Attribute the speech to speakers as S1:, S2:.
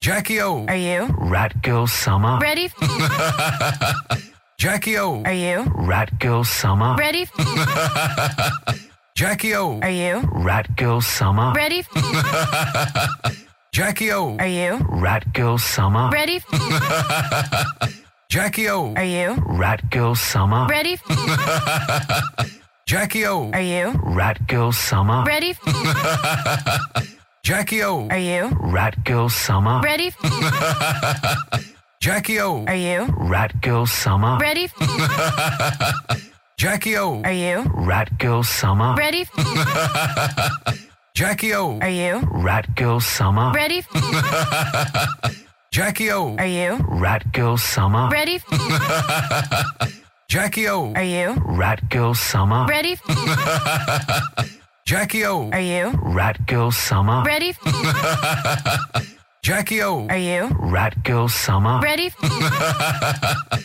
S1: Jackie O.
S2: Are you?
S3: Rat Girl Summer.
S2: Ready?
S1: Jackie O.
S2: Are you?
S3: Rat Girl Summer.
S2: Ready?
S1: Jackie O.
S2: Are you?
S3: Rat Girl Summer.
S2: Ready?
S1: Jackie O.
S2: Are you?
S3: Rat Girl Summer.
S2: Ready?
S1: Jackie O.
S2: Are you?
S3: Rat Girl Summer.
S2: Ready?
S1: Jackie O.
S2: Are you?
S3: Rat Girl Summer.
S2: Ready?
S1: Jackie O.
S2: Are you?
S3: Rat Girl Summer.
S2: Ready?
S1: Jackie O.
S2: Are you?
S3: Rat Girl Summer.
S2: Ready?
S1: Jackie O.
S2: Are you?
S3: Rat Girl Summer.
S2: Ready?
S1: Jackie O.
S2: Are you?
S3: Rat Girl Summer.
S2: Ready?
S1: Jackie O.
S2: Are you?
S3: Rat Girl Summer.
S2: Ready?
S1: Jackie O.
S2: Are you?
S3: Rat Girl Summer.
S2: Ready?
S1: Jackie O.
S2: Are you?
S3: Rat Girl Summer.
S2: Ready?
S1: Jackie O.
S2: Are you?
S3: Rat Girl Summer.
S2: Ready?